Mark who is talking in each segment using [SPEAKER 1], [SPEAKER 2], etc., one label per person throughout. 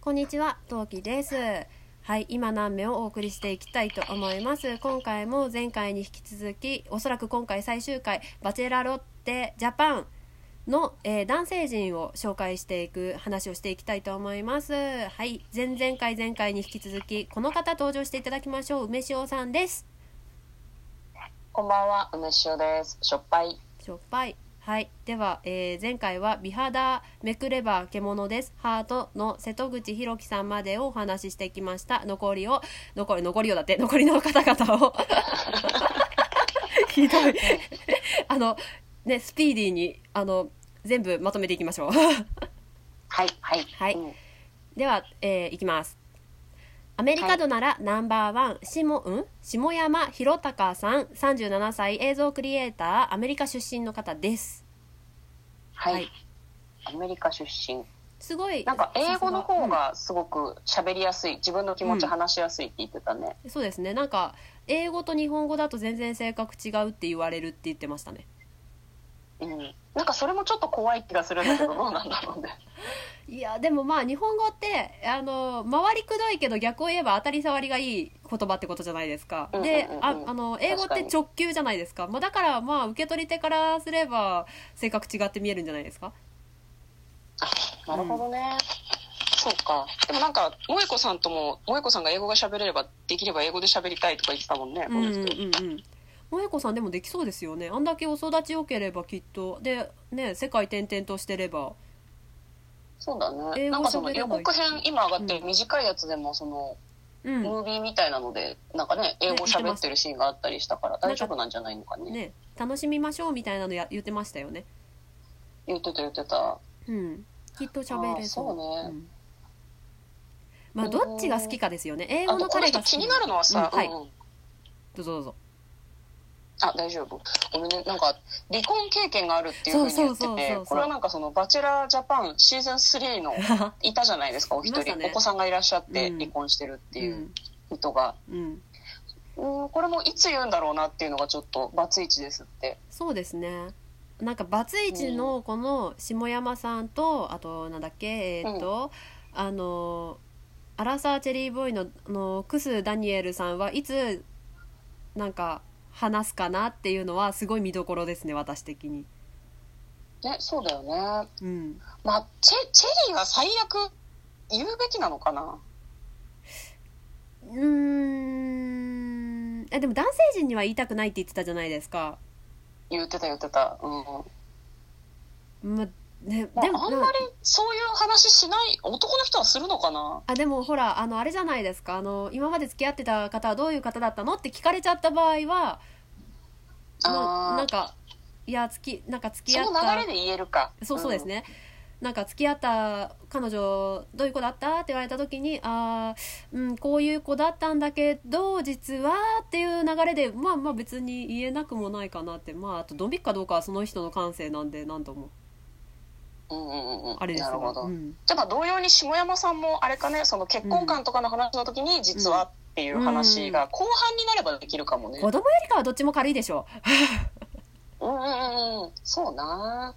[SPEAKER 1] こんにちは、トウキです。はい、今何名をお送りしていきたいと思います。今回も前回に引き続き、おそらく今回最終回、バチェラロッテジャパンの、えー男性陣を紹介していく話をしていきたいと思います。はい、前々回前回に引き続き、この方登場していただきましょう。梅塩さんです。
[SPEAKER 2] こんばんは、梅塩です。しょっぱい。
[SPEAKER 1] しょっぱい。はい。では、えー前回は美肌めくれば獣です。ハートの瀬戸口博樹さんまでをお話ししてきました。残りを、残り、残りをだって、残りの方々を。 ひどい。あの、ね、スピーディーに、あの、全部まとめていきましょう。
[SPEAKER 2] はい、はい、
[SPEAKER 1] はい
[SPEAKER 2] うん
[SPEAKER 1] では、えーいきます。アメリカドならナンバーワン、下、うん下山弘隆さん、37歳、映像クリエイター、アメリカ出身の方です。
[SPEAKER 2] はい、
[SPEAKER 1] はい
[SPEAKER 2] アメリカ出身。
[SPEAKER 1] すごい。
[SPEAKER 2] なんか英語の方
[SPEAKER 1] さ
[SPEAKER 2] がすごく喋りやすい、自分の気持ち話しやすいって言ってたね。
[SPEAKER 1] すが。そうですね。なんか、英語と日本語だと全然性格違うって言われるって言ってましたね。
[SPEAKER 2] うん、なんかそれもちょっと怖い気がするんだけど、どうなんだろうね。
[SPEAKER 1] いや、でもまあ、日本語って、あの、回りくどいけど逆を言えば当たり障りがいい言葉ってことじゃないですか。
[SPEAKER 2] うんうんうん
[SPEAKER 1] で、ああの、英語って直球じゃないですか。まあ、だからまあ、受け取り手からすれば、性格違って見えるんじゃないですか。
[SPEAKER 2] なるほどね。そうか。でもなんか、萌子さんとも、萌子さんが英語が喋れれば、できれば英語で喋りたいとか言ってたもんね。
[SPEAKER 1] うんうんうんうん。萌子さんでもできそうですよね。あんだけお育ち良ければきっと。で、ね、世界転々としてれば。
[SPEAKER 2] そうだ
[SPEAKER 1] 英
[SPEAKER 2] ね。
[SPEAKER 1] 語
[SPEAKER 2] なんかそ
[SPEAKER 1] 喋
[SPEAKER 2] の
[SPEAKER 1] れ
[SPEAKER 2] 予
[SPEAKER 1] ばいい
[SPEAKER 2] 告編、今上がってる短いやつでも、その、
[SPEAKER 1] うん。
[SPEAKER 2] ムービーみたいなので、なんかね、英語喋ってるシーンがあったりしたから、
[SPEAKER 1] なんか
[SPEAKER 2] 大丈夫なんじゃないのかね。
[SPEAKER 1] ね、楽しみましょうみたいなのや言ってましたよね。
[SPEAKER 2] 言ってた言ってた。
[SPEAKER 1] うん、きっと喋れそう。
[SPEAKER 2] あーそうね
[SPEAKER 1] んまあ、どっちが好きかですよね。英
[SPEAKER 2] あ
[SPEAKER 1] 語
[SPEAKER 2] と
[SPEAKER 1] の
[SPEAKER 2] この
[SPEAKER 1] 彼が
[SPEAKER 2] 人
[SPEAKER 1] 好き。
[SPEAKER 2] 気になるのはさ、
[SPEAKER 1] うんはい
[SPEAKER 2] うんうん
[SPEAKER 1] どうぞどうぞ。
[SPEAKER 2] あ、大丈夫。ごめんね、なんか、離婚経験があるっていうふうに言っ
[SPEAKER 1] そうそ
[SPEAKER 2] て
[SPEAKER 1] うそうそう
[SPEAKER 2] て、これはなんかその、バチェラージャパンシーズン3の、いたじゃないですか、お一
[SPEAKER 1] いました
[SPEAKER 2] 人、
[SPEAKER 1] ね
[SPEAKER 2] お子さんがいらっしゃって
[SPEAKER 1] うん
[SPEAKER 2] 離婚してるって
[SPEAKER 1] う、
[SPEAKER 2] いうん人が、
[SPEAKER 1] うん、
[SPEAKER 2] うん、これもいつ言うんだろうなっていうのがちょっと、バツイチですって。
[SPEAKER 1] そうですね。なんかバツイチのこの下山さんと、あとなんだっけ、えーっと、あの。アラサーチェリーボーイの、あの、クスダニエルさんはいつ。なんか話すかなっていうのは、すごい見どころですね、私的に。
[SPEAKER 2] ね、そうだよね。
[SPEAKER 1] うん。
[SPEAKER 2] まあ、チェ、チェリーが最悪、言うべきなのかな。
[SPEAKER 1] うーんえでも男性陣には言いたくないって言ってたじゃないですか、
[SPEAKER 2] 言ってた言ってた、うん
[SPEAKER 1] まね、
[SPEAKER 2] まあ、
[SPEAKER 1] で
[SPEAKER 2] あ
[SPEAKER 1] も
[SPEAKER 2] んまりそういう話しない男の人はするのかな
[SPEAKER 1] あでもほらあのあれじゃないですかあの今まで付き合ってた方はどういう方だったのって聞かれちゃった場合は
[SPEAKER 2] あ
[SPEAKER 1] な
[SPEAKER 2] ー
[SPEAKER 1] なんかいや付きなんか付き
[SPEAKER 2] そ
[SPEAKER 1] 合っ
[SPEAKER 2] の
[SPEAKER 1] た
[SPEAKER 2] 流れで言えるか
[SPEAKER 1] そうそうです、ね、なんか付き合った彼女どういう子だったって言われた時にあー、うん、こういう子だったんだけど実はっていう流れでまあまあ別に言えなくもないかなってまああとドン引くかどうかはその人の感性なんで何とも
[SPEAKER 2] うん、うんうんうん
[SPEAKER 1] あれです
[SPEAKER 2] な
[SPEAKER 1] が
[SPEAKER 2] るほど、
[SPEAKER 1] うん
[SPEAKER 2] じゃあまあ同様に下山さんもあれかねその結婚観とかの話の時に実はっていう話が後半になればできるかもね
[SPEAKER 1] 子供よりかはどっちも軽いでしょ
[SPEAKER 2] うんうんうんうんそうな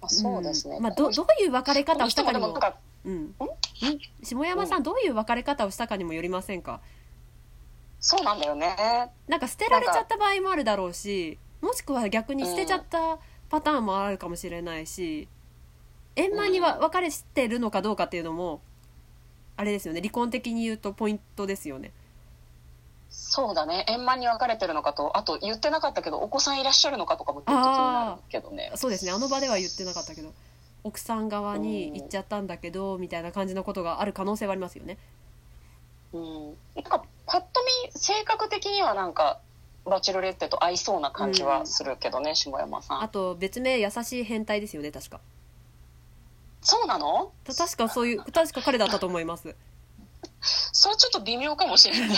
[SPEAKER 2] まあそうですね、
[SPEAKER 1] んまあ、どどういう別れ
[SPEAKER 2] こ
[SPEAKER 1] 方
[SPEAKER 2] の
[SPEAKER 1] をした
[SPEAKER 2] 人
[SPEAKER 1] か
[SPEAKER 2] も
[SPEAKER 1] に
[SPEAKER 2] で
[SPEAKER 1] も
[SPEAKER 2] もなんか
[SPEAKER 1] うん、ん下山さんどういう別れ方をしたかにもよりませんか
[SPEAKER 2] そうなんだよね
[SPEAKER 1] なんか捨てられちゃった場合もあるだろうしもしくは逆に捨てちゃったパターンもあるかもしれないし、円満には別れしてるのかどうかっていうのもあれですよね離婚的に言うとポイントですよね
[SPEAKER 2] そうだね円満に分かれてるのかとあと言ってなかったけどお子さんいらっしゃるのかとかも結構気になるけどね
[SPEAKER 1] そうですねあの場では言ってなかったけど奥さん側に行っちゃったんだけどみたいな感じのことがある可能性はありますよね
[SPEAKER 2] うんなんかパッと見性格的にはなんかバチェロレッテと合いそうな感じはするけどね、下山さ
[SPEAKER 1] あ
[SPEAKER 2] ん
[SPEAKER 1] と別名優しい変態ですよね確か
[SPEAKER 2] そうなの
[SPEAKER 1] た確かそういう確か彼だったと思います
[SPEAKER 2] それちょっと微妙かもしれない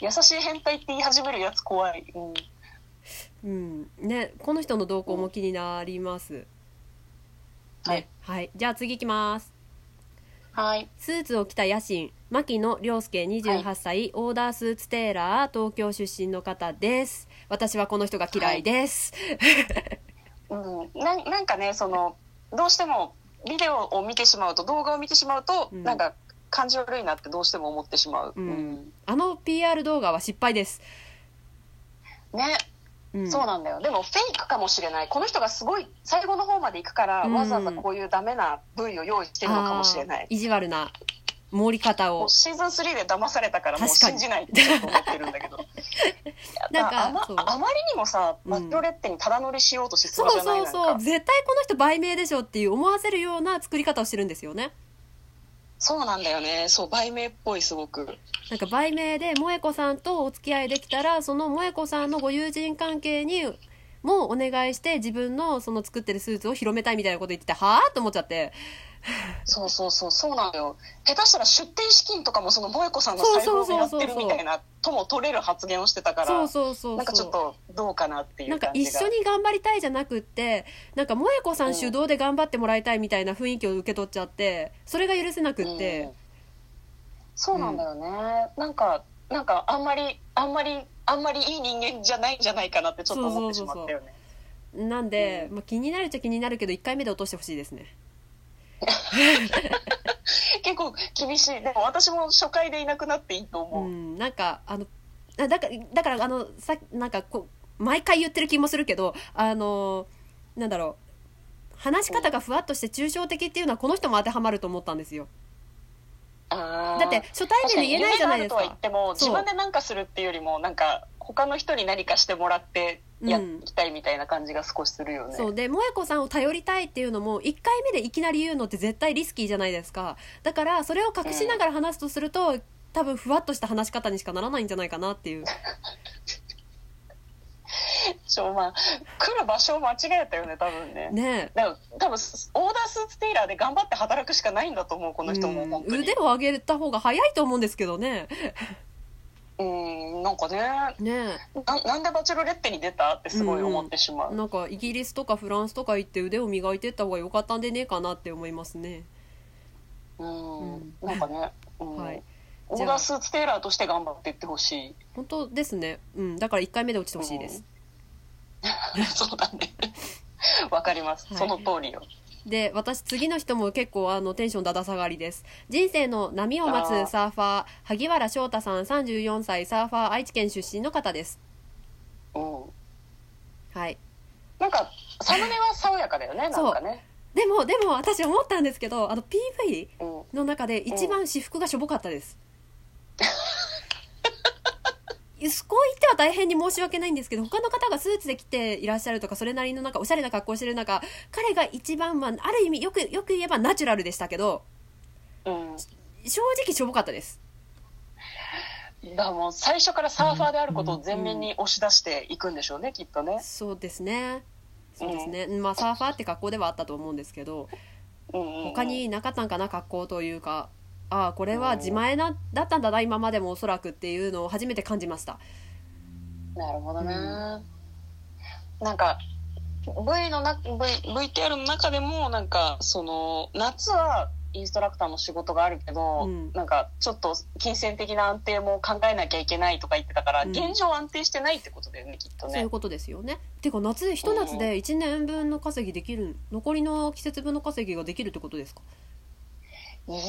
[SPEAKER 2] 優しい変態って言い始めるやつ怖い、うん、
[SPEAKER 1] うんねこの人の動向も気になります、
[SPEAKER 2] はい
[SPEAKER 1] はいじゃあ次いきます
[SPEAKER 2] はい
[SPEAKER 1] スーツを着た野心牧野涼介28歳、オーダースーツテーラー東京出身の方です私はこの人が嫌いです、
[SPEAKER 2] うん、なんなんかねそのどうしてもビデオを見てしまうと動画を見てしまうと、
[SPEAKER 1] うん
[SPEAKER 2] なんか感じ悪いなってどうしても思ってしまう、
[SPEAKER 1] うん
[SPEAKER 2] うん
[SPEAKER 1] あの PR 動画は失敗です、
[SPEAKER 2] ね、
[SPEAKER 1] うん、
[SPEAKER 2] そうなんだよでもフェイクかもしれないこの人がすごい最後の方まで行くから、
[SPEAKER 1] うん
[SPEAKER 2] わざわざこういうダメな部位を用意してるのかもしれな
[SPEAKER 1] あー
[SPEAKER 2] い
[SPEAKER 1] 意地悪な盛り方
[SPEAKER 2] も
[SPEAKER 1] を
[SPEAKER 2] うシーズン3で騙されたからもう
[SPEAKER 1] 確かに
[SPEAKER 2] 信じないってちょっと思ってるんだけ ど
[SPEAKER 1] なんか
[SPEAKER 2] あま
[SPEAKER 1] そう
[SPEAKER 2] あまりにもさ
[SPEAKER 1] うん
[SPEAKER 2] バチロレッテにただ乗りしようとして
[SPEAKER 1] そう
[SPEAKER 2] うじゃない
[SPEAKER 1] そうそ
[SPEAKER 2] な
[SPEAKER 1] う
[SPEAKER 2] んか
[SPEAKER 1] 絶対この人売名でしょっていう思わせるような作り方をしてるんですよね
[SPEAKER 2] そうなんだよねそう売名っぽいすごく
[SPEAKER 1] なんか売名で萌子さんとお付き合いできたらその萌子さんのご友人関係にもお願いして自分のその作ってるスーツを広めたいみたいなこと言っててはあと思っちゃって
[SPEAKER 2] そうそうそうそうなんだよ下手したら出店資金とかもその萌子さんの
[SPEAKER 1] そう
[SPEAKER 2] 財布
[SPEAKER 1] そう
[SPEAKER 2] を
[SPEAKER 1] そう
[SPEAKER 2] 狙っ
[SPEAKER 1] そう
[SPEAKER 2] てるみたいなとも取れる発言をしてたから
[SPEAKER 1] そうそうそうそう
[SPEAKER 2] なんかちょっとどうかなってい
[SPEAKER 1] な
[SPEAKER 2] うん
[SPEAKER 1] か
[SPEAKER 2] 感じ
[SPEAKER 1] 一
[SPEAKER 2] が
[SPEAKER 1] 緒に頑張りたいじゃなくってなんか萌子さん主導で頑張ってもらいたいみたいな雰囲気を受け取っちゃってそれが許せなくって
[SPEAKER 2] うん、そうなんだよね、なんかなんかあんまりあんまりあんまりいい人間じゃないんじゃないかなってちょっと思ってし
[SPEAKER 1] そう
[SPEAKER 2] ま
[SPEAKER 1] そうそうそう
[SPEAKER 2] ったよね
[SPEAKER 1] なんで、
[SPEAKER 2] う
[SPEAKER 1] まあ、気になるっちゃ気になるけど1回目で落としてほしいですね
[SPEAKER 2] 結構厳しいでも私も初回でいなくなっていいと
[SPEAKER 1] う
[SPEAKER 2] 思う、
[SPEAKER 1] んなんかあのあだからだからあのさなんかこう毎回言ってる気もするけどあのなんだろう話し方がふわっとして抽象的っていうのはこの人も当てはまると思ったんですよ
[SPEAKER 2] あー
[SPEAKER 1] だって初対面で言えないじゃないです
[SPEAKER 2] 確に夢があるとは言
[SPEAKER 1] か
[SPEAKER 2] っても
[SPEAKER 1] そう
[SPEAKER 2] 自分で何かするっていうよりもなんか他の人に何かしてもらってやっていきたいみたいな感じが少しするよね、
[SPEAKER 1] そうで萌子さんを頼りたいっていうのも1回目でいきなり言うのって絶対リスキーじゃないですかだからそれを隠しながら話すとすると、多分ふわっとした話し方にしかならないんじゃないかなっていう
[SPEAKER 2] ちょまあ来る場所を間違えたよね多分ね
[SPEAKER 1] ね
[SPEAKER 2] だから多分スオーダースーツテイラーで頑張って働くしかないんだと思うこ
[SPEAKER 1] え
[SPEAKER 2] の人も
[SPEAKER 1] うん
[SPEAKER 2] 本当に
[SPEAKER 1] 腕を上げた方が早いと思うんですけどね
[SPEAKER 2] うんなんかねな
[SPEAKER 1] ねえ
[SPEAKER 2] なんでバチェロレッテに出たってすごい思ってしまう、
[SPEAKER 1] なんかイギリスとかフランスとか行って腕を磨いてった方が良かったんでねえかなって思いますね。
[SPEAKER 2] うん
[SPEAKER 1] うん
[SPEAKER 2] なんかね、うん
[SPEAKER 1] はい
[SPEAKER 2] オーダースーツテイラーとして頑張っていってほしい
[SPEAKER 1] 本当ですね。うん、だから一回目で落ちてほしいです。
[SPEAKER 2] そうだね。わかります。
[SPEAKER 1] はい
[SPEAKER 2] その通りよ。
[SPEAKER 1] で、私次の人も結構あのテンションだだ下がりです。人生の波を待
[SPEAKER 2] あー
[SPEAKER 1] つサーファー、萩原翔太さん34歳、サーファー愛知県出身の方です。
[SPEAKER 2] うん。
[SPEAKER 1] はい。
[SPEAKER 2] なんか、サムネは爽やかだよね、なんかね。
[SPEAKER 1] でも、でも私思ったんですけど、あの PV
[SPEAKER 2] うん。
[SPEAKER 1] の中で一番私服がしょぼかったです。そこ行っては大変に申し訳ないんですけど他の方がスーツで着ていらっしゃるとかそれなりのなんかおしゃれな格好してる中彼が一番まあある意味よくよく言えばナチュラルでしたけど
[SPEAKER 2] う
[SPEAKER 1] 正直しょぼかったです
[SPEAKER 2] ん。だからもう最初からサーファーであることを前面に押し出していくんでしょうね、きっとね。
[SPEAKER 1] そうですねそうですね、うんまあサーファーって格好ではあったと思うんですけど
[SPEAKER 2] うんうん、うん。
[SPEAKER 1] 他。になかったんかな格好というかああこれは自前なだったんだな今までもおそらくっていうのを初めて感じました
[SPEAKER 2] なるほどね。
[SPEAKER 1] う
[SPEAKER 2] なんか、V のな、V、VTR の中でも、なんか、その、夏は、インストラクターの仕事があるけど、
[SPEAKER 1] うん
[SPEAKER 2] なんかちょっと金銭的な安定も考えなきゃいけないとか言ってたから、
[SPEAKER 1] うん
[SPEAKER 2] 現状安定してないってことだよねきっ
[SPEAKER 1] そ
[SPEAKER 2] と
[SPEAKER 1] うい
[SPEAKER 2] ね
[SPEAKER 1] うことですよね。てか夏で一夏で1年分の稼ぎできる残りの季節分の稼ぎができるってことですか
[SPEAKER 2] いや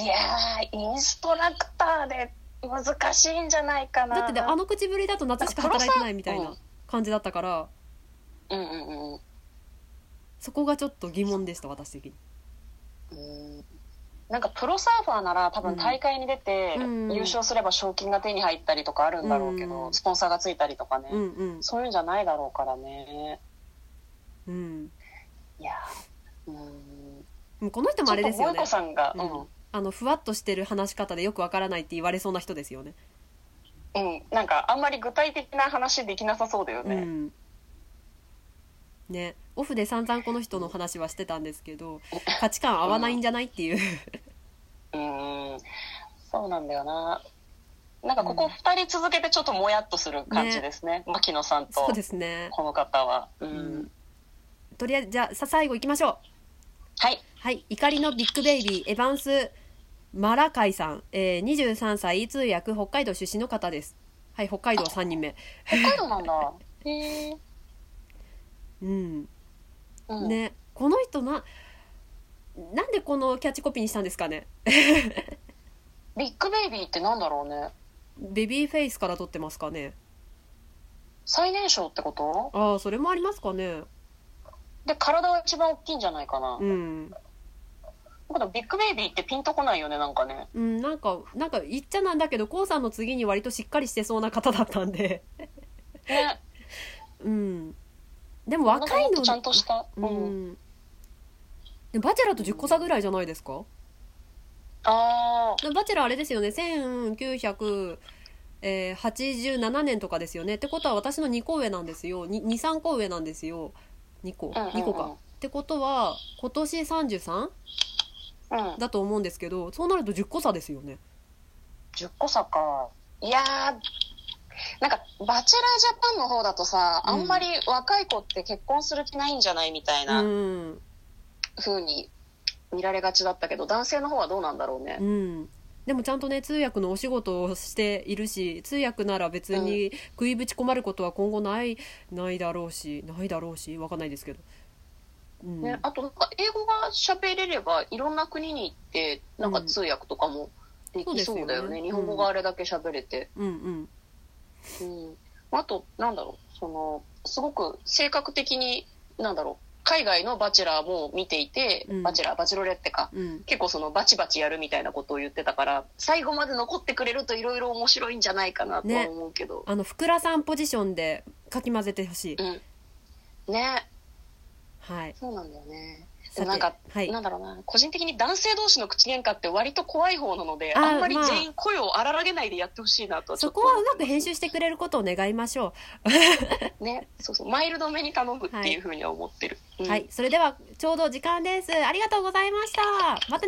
[SPEAKER 2] ーインストラクターで難しいんじゃないかな
[SPEAKER 1] だってねあの口ぶりだと夏しか働いてないみたい
[SPEAKER 2] なん
[SPEAKER 1] な
[SPEAKER 2] か
[SPEAKER 1] 感じだったから
[SPEAKER 2] うんうんうん
[SPEAKER 1] そこがちょっと疑問でした私的に。
[SPEAKER 2] うんなんかプロサーファーなら多分大会に出て
[SPEAKER 1] うん
[SPEAKER 2] 優勝すれば賞金が手に入ったりとかあるんだろうけど、
[SPEAKER 1] うん
[SPEAKER 2] スポンサーがついたりとかね、
[SPEAKER 1] うんうん
[SPEAKER 2] そういうんじゃないだろうからね
[SPEAKER 1] うん。
[SPEAKER 2] いやーうん
[SPEAKER 1] もうこの人もあれです
[SPEAKER 2] ちょ
[SPEAKER 1] よ
[SPEAKER 2] っと萌
[SPEAKER 1] ね
[SPEAKER 2] 子。さんが、
[SPEAKER 1] う
[SPEAKER 2] うん
[SPEAKER 1] ん、あのふわっとしてる話し方でよくわからないって言われそうな人ですよね。
[SPEAKER 2] うん、なんかあんまり具体的な話できなさそうだよ
[SPEAKER 1] う
[SPEAKER 2] ね。
[SPEAKER 1] ん。ね、オフで散々この人の話はしてたんですけど価値観合わないんじゃないっていう、
[SPEAKER 2] うん、そうなんだよな。なんかここ二人続けてちょっともやっとする感じですね。牧野さんと
[SPEAKER 1] そうですね、
[SPEAKER 2] この方は。う
[SPEAKER 1] うん
[SPEAKER 2] ん、、
[SPEAKER 1] とりあえずじゃあさ最後行きましょう
[SPEAKER 2] はい。
[SPEAKER 1] はい、怒りのビッグベイビー、エヴァンス・マラカイさん、えー、23歳、通訳、北海道出身の方です。はい、北海道3人目。
[SPEAKER 2] 北海道なんだ。へえ。
[SPEAKER 1] うん。
[SPEAKER 2] うん。
[SPEAKER 1] ね、この人な、なんでこのキャッチコピーにしたんですかね
[SPEAKER 2] ビッグベイビーってなんだろうね
[SPEAKER 1] ベビーフェイスから撮ってますかね
[SPEAKER 2] 最年少ってこと
[SPEAKER 1] ああそれもありますかね
[SPEAKER 2] で体は一番大きいんじゃないかな、
[SPEAKER 1] うん、
[SPEAKER 2] だけどビッグベイビーってピンとこないよねなんかね
[SPEAKER 1] うん、なんかなんか言っちゃなんだけどこうさんの次に割としっかりしてそうな方だったんで
[SPEAKER 2] ね
[SPEAKER 1] うんでも
[SPEAKER 2] なんか
[SPEAKER 1] 若
[SPEAKER 2] も
[SPEAKER 1] い
[SPEAKER 2] っと
[SPEAKER 1] の
[SPEAKER 2] ちゃんとした、
[SPEAKER 1] う
[SPEAKER 2] うん
[SPEAKER 1] んでバチェラーと10個差ぐらいじゃないですか
[SPEAKER 2] ああ
[SPEAKER 1] バチェラーあれですよね1987年とかですよねってことは私の2個上なんですよ23個上なんですよ2個
[SPEAKER 2] うんうんうん
[SPEAKER 1] 2個か、ってことは今年 33?
[SPEAKER 2] うん
[SPEAKER 1] だと思うんですけどそうなると10個差ですよね
[SPEAKER 2] 10個差かいやーなんか「バチェラー・ジャパン」の方だとさ、
[SPEAKER 1] うん
[SPEAKER 2] あんまり若い子って結婚する気ないんじゃないみたいうなん風に見られがちだったけど、男性の方はどうなんだろうね
[SPEAKER 1] う、んでもちゃんとね通訳のお仕事をしているし通訳なら別に食いぶち困ることは今後ないないだろうしないだろうしわかんないですけど、うん
[SPEAKER 2] ね、あとなんか英語が喋れればいろんな国に行ってなんか通訳とかもできそうだよ
[SPEAKER 1] そうですよ
[SPEAKER 2] ね,、
[SPEAKER 1] ね
[SPEAKER 2] 日本語があれだけ喋れて、
[SPEAKER 1] うんうん
[SPEAKER 2] うんあとなんだろうそのすごく性格的になんだろう海外のバチェラーも見ていて、
[SPEAKER 1] うん
[SPEAKER 2] バチェラーバチェロレってか
[SPEAKER 1] うん
[SPEAKER 2] 結構そのバチバチやるみたいなことを言ってたから最後まで残ってくれるといろいろ面白いんじゃないかなとは思うけど、
[SPEAKER 1] あのふくらさんポジションでかき混ぜてほしい、
[SPEAKER 2] うんね
[SPEAKER 1] はい
[SPEAKER 2] そうなんだよね
[SPEAKER 1] さ
[SPEAKER 2] でもなんか、
[SPEAKER 1] はい
[SPEAKER 2] なんだろうな個人的に男性同士の口喧嘩って割と怖い方なので
[SPEAKER 1] あー
[SPEAKER 2] あんまり全員声を荒らげないでやってほしいなとちょ
[SPEAKER 1] そ
[SPEAKER 2] っと
[SPEAKER 1] こはうまく編集してくれることを願いましょ
[SPEAKER 2] ねそうそうマイルドめに頼むっていうふうには思ってる、
[SPEAKER 1] う、
[SPEAKER 2] うん
[SPEAKER 1] はいそれではちょうど時間ですありがとうございましたまた